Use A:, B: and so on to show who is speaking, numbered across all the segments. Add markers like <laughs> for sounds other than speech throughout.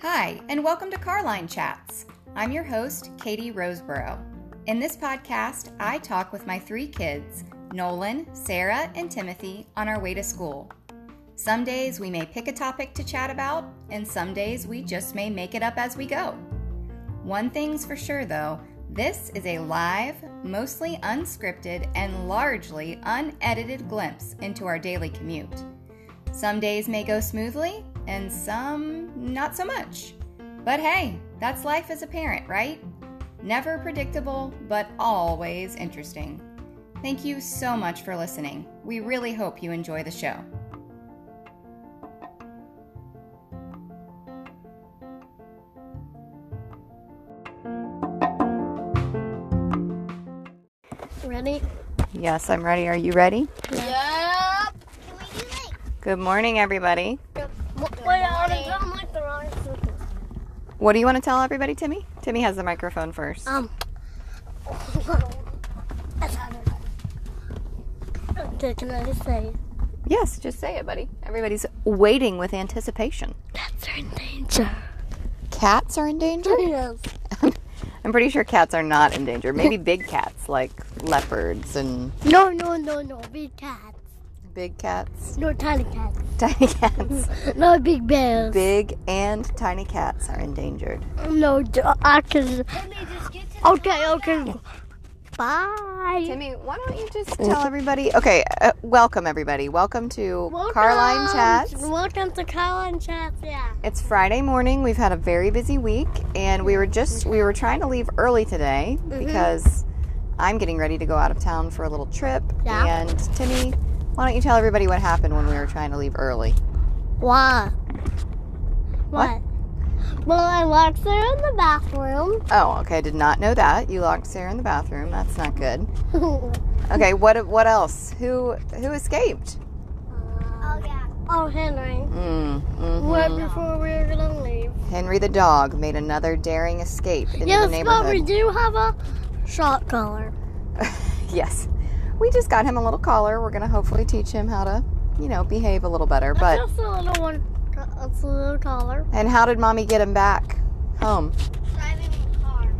A: Hi, and welcome to Carline Chats. I'm your host, Katie Roseborough. In this podcast, I talk with my three kids, Nolan, Sarah, and Timothy, on our way to school. Some days we may pick a topic to chat about, and some days we just may make it up as we go. One thing's for sure though, this is a live, mostly unscripted, and largely unedited glimpse into our daily commute. Some days may go smoothly, and some not so much. But hey, that's life as a parent, right? Never predictable, but always interesting. Thank you so much for listening. We really hope you enjoy the show.
B: Ready?
A: Yes, I'm ready. Are you ready?
B: Yep.
A: Good morning, everybody.
B: Wait, I don't like the wrong <laughs> circle.
A: What do you want to tell everybody, Timmy? Timmy has the microphone first.
B: Um. okay, can I just say?
A: yes, just say it, buddy. Everybody's waiting with anticipation.
B: Cats are in danger.
A: Cats are in danger?
B: Yes.
A: I'm pretty sure cats are not in danger. Maybe big cats like leopards and
B: No, no, no, no. Big cats.
A: big cats, <laughs>
B: No tiny cats.
A: tiny <laughs> cats.
B: No big bears.
A: Big and tiny cats are endangered.
B: No, d- I can. Okay, okay. Bye.
A: Timmy, why don't you just tell everybody? Okay, uh, welcome everybody. Welcome to
B: Welcome.
A: Carline Chats.
B: Welcome to Carline Chats, yeah.
A: It's Friday morning. We've had a very busy week, and we were just we were trying to leave early today because I'm getting ready to go out of town for a little trip.
B: Yeah.
A: And Timmy, why don't you tell everybody what happened when we were trying to leave early?
B: Why? What? Well, I locked her in the <laughs> bathroom.
A: Oh, okay. I did not know that. You locked Sarah in the bathroom. That's not good.
B: Oh,
A: Okay, what what else? Who who escaped?
B: oh yeah. Oh Henry.
A: Mm, mm.
B: Right before we were gonna leave.
A: Henry the dog made another daring escape into the
B: yes, but we
A: neighborhood.
B: do have a shot collar.
A: yes. We just got him a little collar. We're going to hopefully teach him how to, you know, behave a little better. But
B: That's just a little one. It's a little collar.
A: and how did Mommy get him back home?
B: Driving in the car.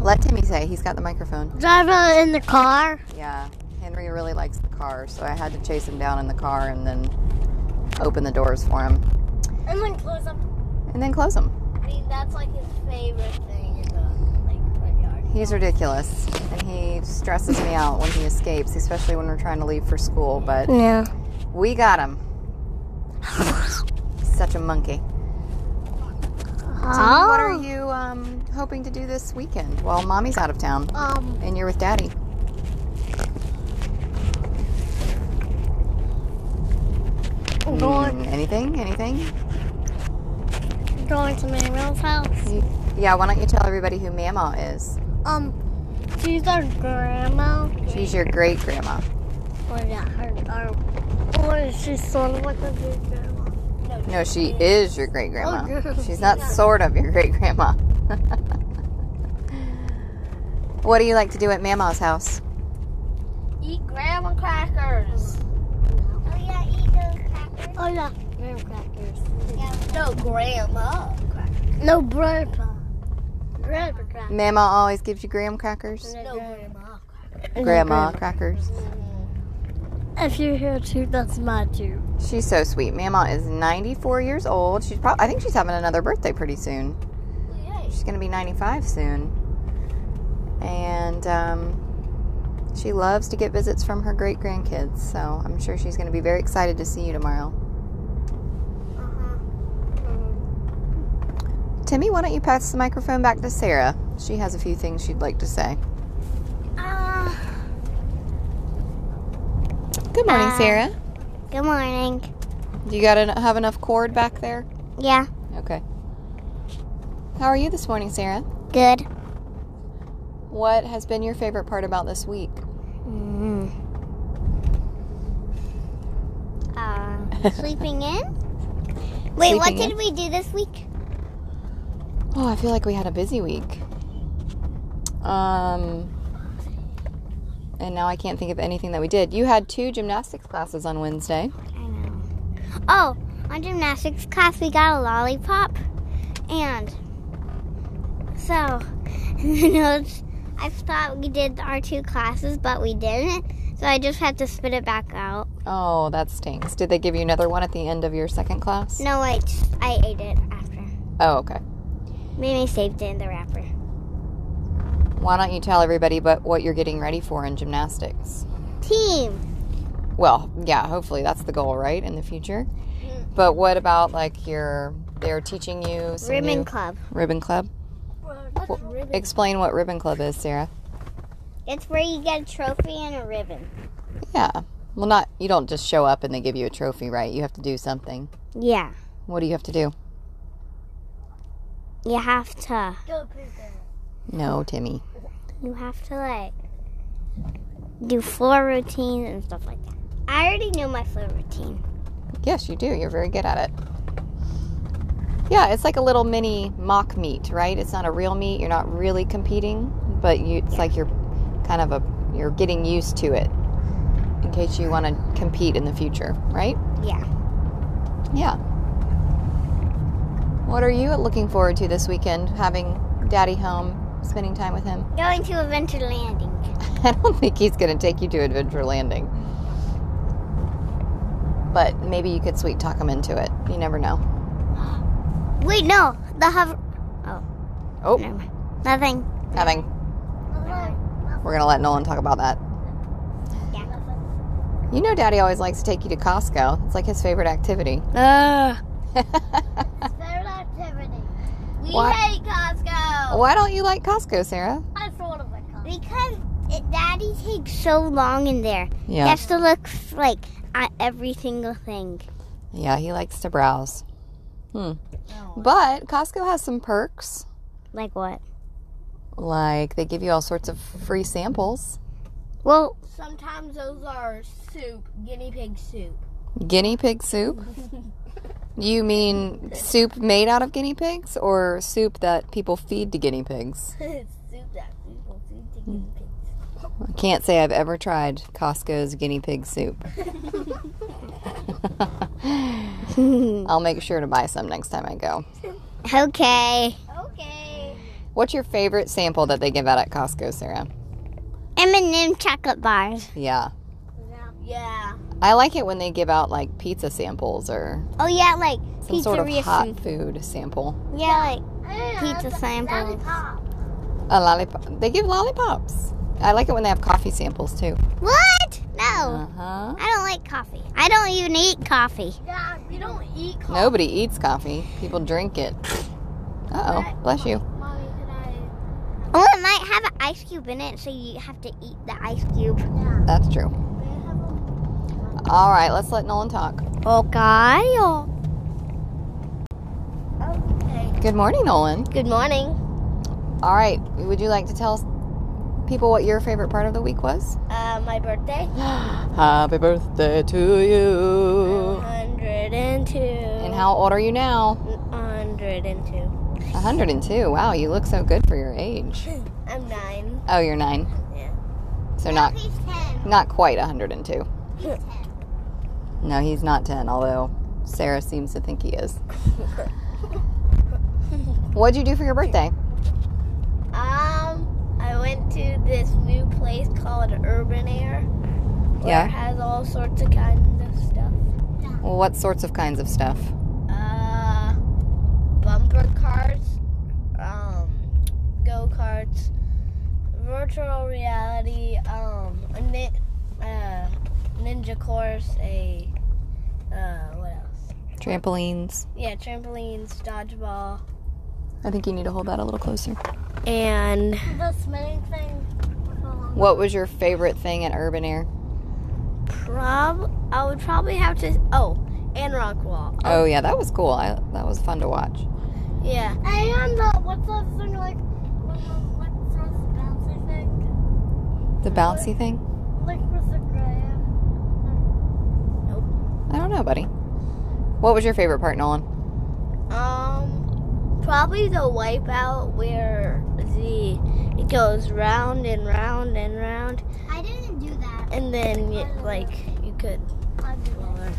A: Let Timmy say. He's got the microphone.
B: Driving in the car.
A: Yeah. Henry really likes the car, so I had to chase him down in the car and then open the doors for him
B: And then close up.
A: and then close them.
B: I mean, that's like his favorite thing in the like front yard.
A: He's ridiculous, and he stresses me out when he escapes, especially when we're trying to leave for school. But
B: Yeah.
A: we got him. <laughs> Such a monkey. Timmy, What
B: Oh,
A: are you um, hoping to do this weekend? Well, mommy's out of town,
B: Um.
A: and you're with daddy.
B: Going, Oh,
A: Mm, anything? Anything?
B: going to Manuel's house.
A: You, yeah. Why don't you tell everybody who Mama is?
B: Um, she's our grandma.
A: She's your great grandma.
B: Or yeah, her, our, or she's sort of like a big grandma.
A: No, she is your great
B: Oh,
A: grandma.
B: good.
A: She's not sort of your great grandma. <laughs> what do you like to do at Mama's house?
B: Eat grandma crackers.
C: Oh yeah, eat those crackers.
B: Oh yeah, grandma crackers.
C: No, grandma.
B: No, grandpa. Grandpa crackers.
A: Mama always gives you graham crackers.
B: No, grandma.
A: Grandma crackers.
B: If you're here too, that's my too.
A: She's so sweet. Mama is 94 years old. She's probably I think she's having another birthday pretty soon. She's going to be 95 soon. And um, she loves to get visits from her great grandkids, so I'm sure she's going to be very excited to see you tomorrow. Timmy, why don't you pass the microphone back to Sarah? She has a few things she'd like to say.
B: Ah.
A: Good morning,
B: Hi.
A: Sarah.
B: Good morning.
A: Do you got to have enough cord back there?
B: Yeah.
A: Okay. How are you this morning, Sarah?
B: Good.
A: What has been your favorite part about this week?
B: Mm-hmm.
A: <laughs>
C: Uh, sleeping in? Wait, what
A: Sleeping
C: did
A: in?
C: we do this week?
A: Oh, I feel like we had a busy week. Um, and now I can't think of anything that we did. You had two gymnastics classes on Wednesday.
B: I know. Oh, on gymnastics class, we got a lollipop. And so, <laughs> you know, I thought we did our two classes, but we didn't. So I just had to spit it back out.
A: Oh, that stinks. Did they give you another one at the end of your second class?
B: No, I, I ate it after.
A: Oh, okay.
B: Maybe I saved it in the wrapper.
A: Why don't you tell everybody but what you're getting ready for in gymnastics?
B: Team.
A: Well, yeah, hopefully that's the goal, right, in the future. But what about like your they're teaching you some
B: Ribbon
A: new-
B: Club.
A: ribbon club?
B: What's ribbon?
A: Explain what ribbon club is, Sarah.
B: It's where you get a trophy and a ribbon.
A: Yeah. Well, not you don't just show up and they give you a trophy, right? You have to do something.
B: Yeah.
A: What do you have to do?
B: You have to.
A: No, Timmy.
B: You have to like do floor routines and stuff like that. I already know my floor routine.
A: Yes, you do. You're very good at it. Yeah, it's like a little mini mock meet, right? It's not a real meet. You're not really competing, but you it's like you're kind of a you're getting used to it in case you want to compete in the future, right?
B: Yeah.
A: Yeah. What are you looking forward to this weekend? Having daddy home, spending time with him?
B: Going to Adventure Landing.
A: <laughs> I don't think he's going to take you to Adventure Landing. But maybe you could sweet talk him into it. You never know.
B: Wait, no. The hover.
A: Oh,
B: Never mind. Nothing.
A: having. We're going to let Nolan talk about that. You know, daddy always likes to take you to Costco. It's like his favorite activity. <laughs>
B: Uh,
C: Favorite activity.
B: we
A: Why-
B: hate Costco.
A: Why don't you like Costco, Sarah?
C: I sort of like Costco.
B: Because it, Daddy takes so long in there. He
A: Yeah.
B: has to look f- like at every single thing.
A: Yeah, he likes to browse. Hmm. But Costco has some perks.
B: Like what?
A: Like they give you all sorts of free samples.
B: Well,
C: Sometimes those are soup, guinea pig soup. <laughs>
A: Guinea pig soup? you mean soup made out of guinea pigs or soup that people feed to guinea pigs?
C: soup that people feed to guinea pigs.
A: I can't say I've ever tried Costco's guinea pig
B: <laughs>
A: soup. I'll make sure to buy some next time I go.
B: okay.
C: Okay.
A: What's your favorite sample that they give out at Costco, Sarah?
B: M&M chocolate bars.
A: Yeah.
C: Yeah.
A: I like it when they give out like pizza samples or
B: Oh yeah, like
A: some
B: pizzeria
A: sort of
B: soup.
A: hot food sample.
B: Yeah, like pizza samples.
A: A lollipop. They give lollipops. I like it when they have coffee samples too.
B: What?
A: Uh.
B: No,
A: huh.
B: I don't like coffee. I don't even eat coffee.
C: Yeah, we don't eat coffee.
A: Nobody eats coffee. People drink it. Uh oh. Bless you.
C: Mommy, can I?
B: Oh, it might have an ice cube in it, so you have to eat the ice cube.
A: That's true. All right. Let's let Nolan talk.
B: Okay. oh.
A: Good morning, Nolan.
B: Good morning.
A: All right. Would you like to tell us- people what your favorite part of the week was?
B: Uh, my birthday.
A: <gasps> Happy birthday to you.
B: 102.
A: And how old are you now?
B: 102.
A: 102. Wow, you look so good for your age.
B: I'm 9.
A: Oh, you're nine.
B: Yeah.
A: So not
B: He's 10.
A: Not quite 102. No, he's not 10, although Sarah seems to think he
B: <laughs>
A: is. What'd you do for your birthday?
C: Um, I went to this new place called Urban Air. Where
A: Yeah.
C: It has all sorts of kinds of stuff.
A: Well, what sorts of kinds of stuff?
C: Uh, bumper cars, um, go karts, virtual reality, um, a nin- uh, ninja course, a uh, what else?
A: Trampolines.
C: Yeah, trampolines, dodgeball,
A: I think you need to hold that a little closer.
C: and
B: The smelling thing.
A: What was your favorite thing at Urban Air?
C: prob I would probably have to. Oh, and rock wall.
A: Oh, yeah, that was cool. I, that was fun to watch.
C: Yeah.
B: And the, what's the thing like? What's the bouncy thing?
A: The bouncy thing?
B: Like with the grab.
A: I don't know, buddy. What was your favorite part, Nolan?
C: Um, probably the wipeout where the it goes round and round and round,
B: I didn't do that.
C: and then you, like you could.
B: I'll do it.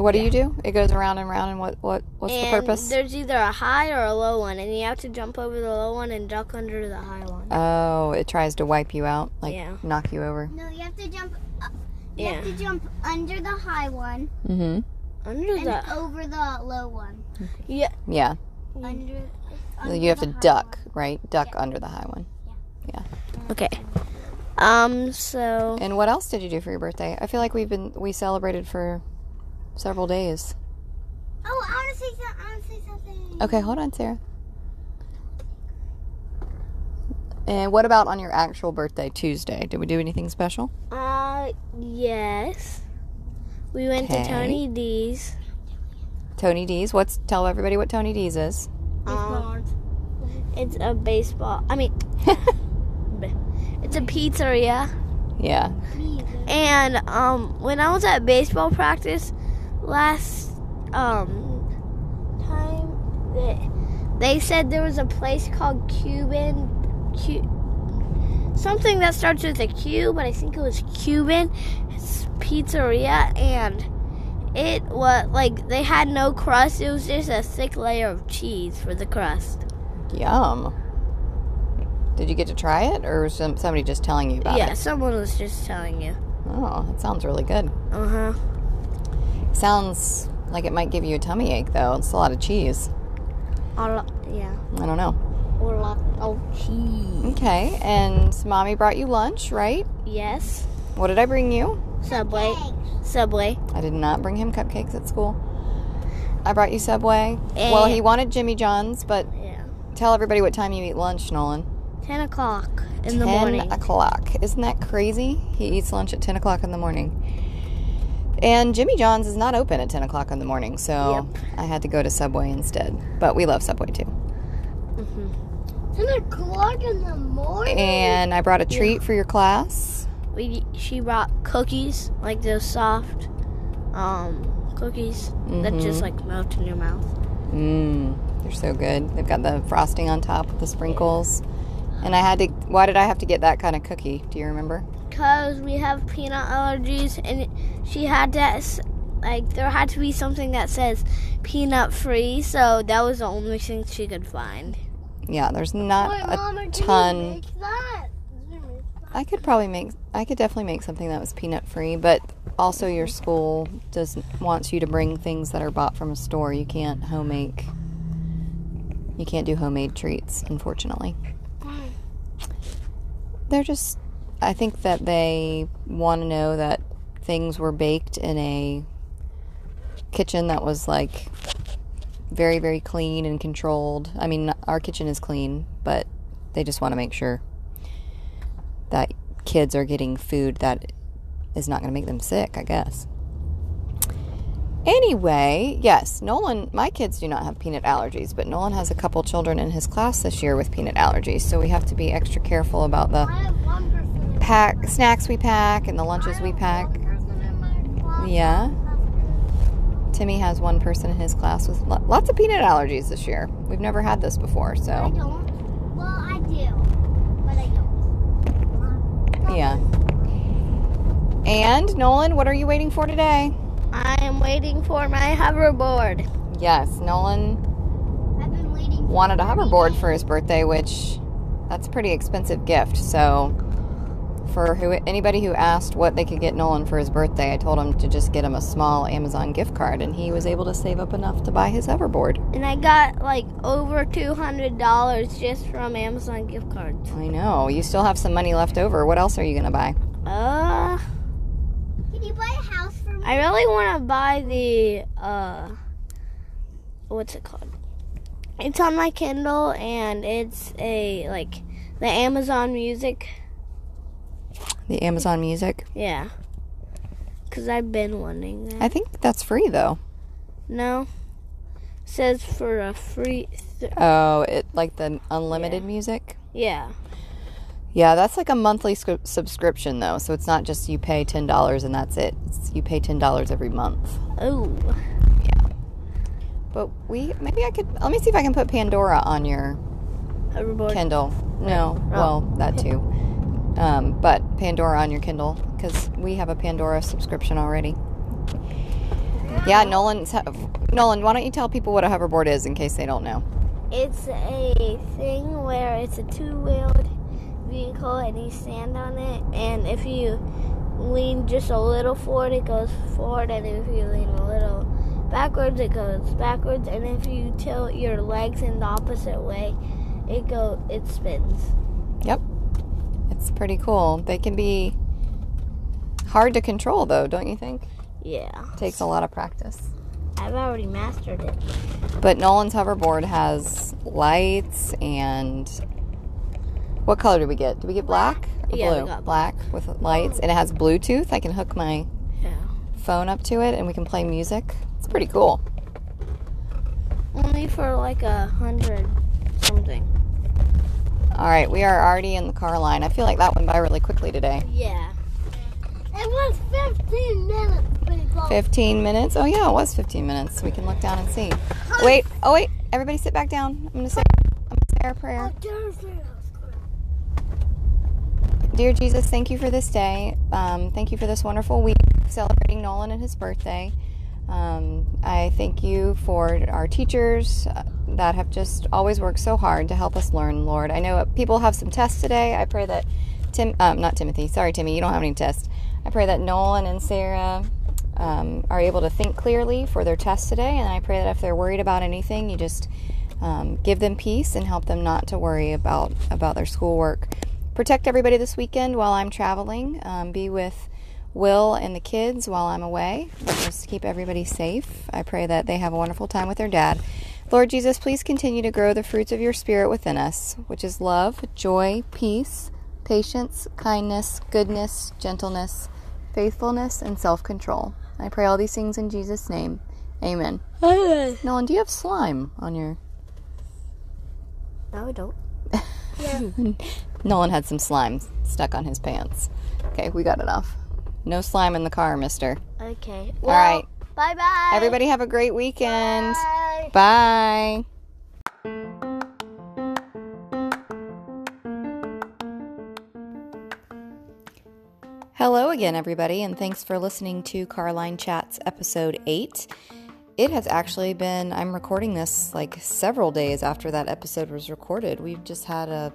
A: What do you do? It goes around and round, and what what what's
C: and
A: the purpose?
C: There's either a high or a low one, and you have to jump over the low one and duck under the high one.
A: Oh, it tries to wipe you out, like
C: Yeah.
A: knock you over.
B: No, you have to jump. Up. You
C: Yeah,
B: have to jump under the high one
A: Mm-hmm.
C: under
B: and
C: the
B: over the low one.
C: yeah.
A: Yeah,
B: Under.
A: you have to duck, right? Duck under the high one.
C: Okay. Um. So
A: And what else did you do for your birthday? I feel like we've been we celebrated for several days.
B: Oh, I want to say something. I want to say something.
A: Okay, hold on, Sarah. And what about on your actual birthday, Tuesday? Did we do anything special?
C: Uh, yes. We went
A: Okay.
C: to Tony D's.
A: Tony D's. What's tell everybody what Tony D's
C: <laughs>
A: is?
C: Um, it's a baseball. I mean, it's a pizzeria.
A: yeah.
C: And um, when I was at baseball practice last um time, they, they said there was a place called Cuban. Cu- something that starts with a Q, but I think it was Cuban s- pizzeria, and it was like they had no crust. It was just a thick layer of cheese for the crust.
A: Yum. Did you get to try it, or was some, somebody just telling you about
C: yeah,
A: it?
C: someone was just telling you.
A: Oh, that sounds really good.
C: Uh huh.
A: Sounds like it might give you a tummy ache, though. It's a lot of cheese.
C: yeah.
A: I don't know.
C: Or lot of cheese.
A: Okay, and mommy brought you lunch, right?
C: Yes.
A: What did I bring you?
C: Subway. Subway.
A: I did not bring him cupcakes at school. I brought you Subway. well,
C: Eh.
A: he wanted Jimmy John's, but
C: Yeah.
A: tell everybody what time you eat lunch, Nolan.
C: Ten o'clock in the
A: 10
C: morning.
A: o'clock. Isn't that crazy? He eats lunch at 10 o'clock in the morning. And Jimmy John's is not open at 10 o'clock in the morning, so I had to go to Subway instead. But we love Subway too.
B: Ten o'clock in the morning.
A: And I brought a treat for your class.
C: We she brought cookies, like those soft um cookies that just like melt in your mouth.
A: Mmm, they're so good. They've got the frosting on top with the sprinkles. And I had to, why did I have to get that kind of cookie? Do you remember?
C: Cause we have peanut allergies, and she had to s- like there had to be something that says peanut free, so that was the only thing she could find.
A: Yeah, there's not
B: Wait,
A: a
B: Mama, did you
A: ton.
B: make that?
A: I could probably make I could definitely make something that was peanut free, but also your school does wants you to bring things that are bought from a store. You can't homemade you can't do homemade treats, unfortunately. They're just I think that they want to know that things were baked in a kitchen that was like very very clean and controlled. I mean, our kitchen is clean, but they just want to make sure that kids are getting food that is not going to make them sick, I guess. Anyway, yes, Nolan, my kids do not have peanut allergies, but Nolan has a couple children in his class this year with peanut allergies, so we have to be extra careful about the
B: I have one person.
A: pack snacks we pack and the lunches we pack.
B: One person in my class.
A: Yeah. Timmy has one person in his class with lo- lots of peanut allergies this year. We've never had this before,
B: I
A: so
B: don't. Well, I do, but I don't.
A: yeah. And Nolan, what are you waiting for today?
C: I am waiting for my hoverboard.
A: Yes, Nolan
B: I've been waiting. for
A: wanted a
B: 30
A: hoverboard
B: days.
A: for his birthday, which that's a pretty expensive gift. So for who anybody who asked what they could get Nolan for his birthday, I told him to just get him a small Amazon gift card and he was able to save up enough to buy his hoverboard.
C: And I got like over two hundred dollars just from Amazon gift cards.
A: I know. You still have some money left over. What else are you going to buy?
C: Uh,
B: Can you buy a house for me?
C: I really want to buy the uh, what's it called? It's on my Kindle and it's a like the Amazon Music.
A: The Amazon Music.
C: Yeah, cause I've been wanting that.
A: I think that's free though.
C: No, says for a free. Th-
A: Oh, it like the unlimited music.
C: yeah,
A: Yeah, that's like a monthly scrip- subscription though. So it's not just you pay $10 and that's it. It's, you pay $10 every month.
C: oh,
A: But we maybe I could let me see if I can put Pandora on your
C: hoverboard.
A: Kindle. No, well, that too. Um, but Pandora on your Kindle because we have a Pandora subscription already. Yeah, Nolan's ha- Nolan. Why don't you tell people what a hoverboard is in case they don't know?
C: It's a thing where it's a two-wheeled vehicle and you stand on it and if you lean just a little forward it goes forward and if you lean a little backwards it goes backwards and if you tilt your legs in the opposite way it go it spins.
A: Yep, it's pretty cool. They can be hard to control though, don't you think?
C: Yeah.
A: Takes a lot of practice.
C: I've already mastered it.
A: But Nolan's hoverboard has lights and what color did we get? Did we get black or
C: Yeah, we
A: blue?
C: got
A: black with lights, and it has Bluetooth. I can hook my
C: Yeah.
A: phone up to it, and we can play music. It's pretty cool.
C: Only for like a hundred something.
A: All right, we are already in the car line. I feel like that went by really quickly today.
C: Yeah.
B: It was 15 minutes, people.
A: 15 minutes. Oh yeah, it was 15 minutes. We can look down and see. Wait. Oh wait. Everybody sit back down. I'm gonna say. I'm gonna say our prayer. Dear Jesus, thank you for this day. Um, thank you for this wonderful week celebrating Nolan and his birthday. Um, I thank you for our teachers uh, that have just always worked so hard to help us learn, Lord. I know people have some tests today. I pray that Tim, um, not Timothy, sorry, Timmy, you don't have any tests. I pray that Nolan and Sarah um, are able to think clearly for their tests today. And I pray that if they're worried about anything, you just um, give them peace and help them not to worry about about their schoolwork. Protect everybody this weekend while I'm traveling. Um, be with Will and the kids while I'm away. Just keep everybody safe. I pray that they have a wonderful time with their dad. Lord Jesus, please continue to grow the fruits of your spirit within us, which is love, joy, peace, patience, kindness, goodness, gentleness, faithfulness, and self control. I pray all these things in Jesus' name. Amen. Nolan, do you have slime on your
C: No, I don't.
A: Nolan had some slime stuck on his pants. Okay, we got enough. No slime in the car, mister.
C: Okay.
A: All right.
C: Bye bye.
A: Everybody have a great weekend. Bye. Hello again, everybody, and thanks for listening to Carline Chats episode 8. It has actually been, I'm recording this like several days after that episode was recorded. We've just had a,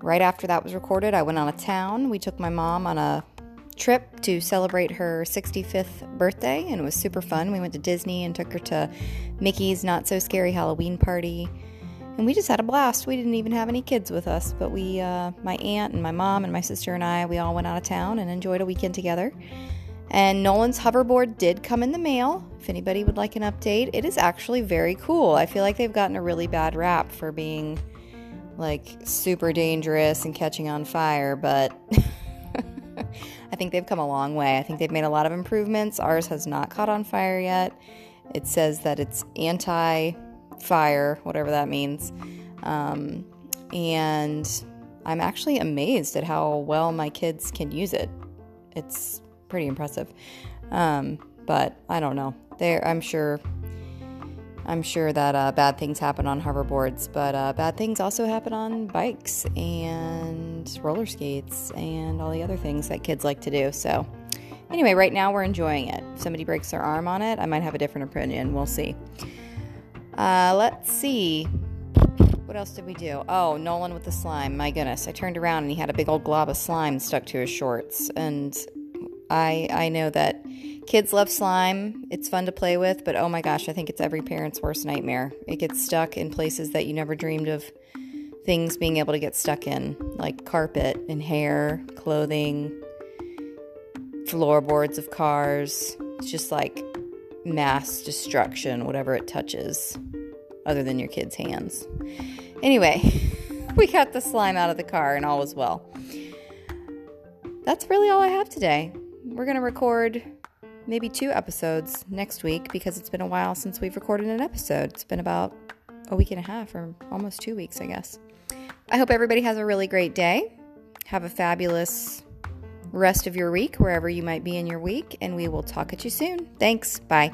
A: right after that was recorded, I went out of town. We took my mom on a trip to celebrate her 65th birthday, and it was super fun. We went to Disney and took her to Mickey's Not So Scary Halloween party, and we just had a blast. We didn't even have any kids with us, but we, uh, my aunt and my mom and my sister and I, we all went out of town and enjoyed a weekend together. And Nolan's hoverboard did come in the mail. If anybody would like an update, it is actually very cool. I feel like they've gotten a really bad rap for being like super dangerous and catching on fire, but <laughs> I think they've come a long way. I think they've made a lot of improvements. Ours has not caught on fire yet. It says that it's anti fire, whatever that means. Um, and I'm actually amazed at how well my kids can use it. It's pretty impressive. Um, but I don't know. There, I'm sure I'm sure that uh, bad things happen on hoverboards, but uh, bad things also happen on bikes and roller skates and all the other things that kids like to do. So, anyway, right now we're enjoying it. If somebody breaks their arm on it, I might have a different opinion. We'll see. Uh, let's see. What else did we do? Oh, Nolan with the slime. My goodness. I turned around and he had a big old glob of slime stuck to his shorts. And I I know that kids love slime. It's fun to play with, but oh my gosh, I think it's every parent's worst nightmare. It gets stuck in places that you never dreamed of things being able to get stuck in, like carpet and hair, clothing, floorboards of cars. It's just like mass destruction whatever it touches other than your kids' hands. Anyway, <laughs> we got the slime out of the car and all was well that's really all I have today. We're going to record maybe two episodes next week because it's been a while since we've recorded an episode. It's been about a week and a half or almost two weeks, I guess. I hope everybody has a really great day. Have a fabulous rest of your week, wherever you might be in your week, and we will talk at you soon. Thanks. Bye.